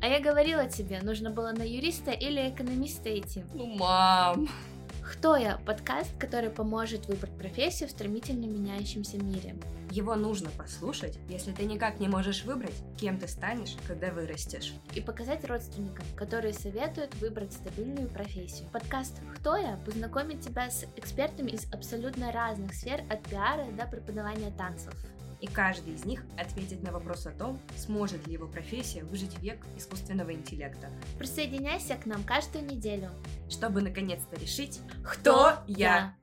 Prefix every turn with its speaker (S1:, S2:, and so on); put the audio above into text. S1: А я говорила тебе, нужно было на юриста или экономиста идти.
S2: Ну, мам.
S1: Кто я? Подкаст, который поможет выбрать профессию в стремительно меняющемся мире.
S2: Его нужно послушать, если ты никак не можешь выбрать, кем ты станешь, когда вырастешь.
S1: И показать родственникам, которые советуют выбрать стабильную профессию. Подкаст «Кто я?» познакомит тебя с экспертами из абсолютно разных сфер, от пиара до преподавания танцев.
S2: И каждый из них ответит на вопрос о том, сможет ли его профессия выжить век искусственного интеллекта,
S1: Присоединяйся к нам каждую неделю.
S2: чтобы наконец-то решить,
S1: Кто я?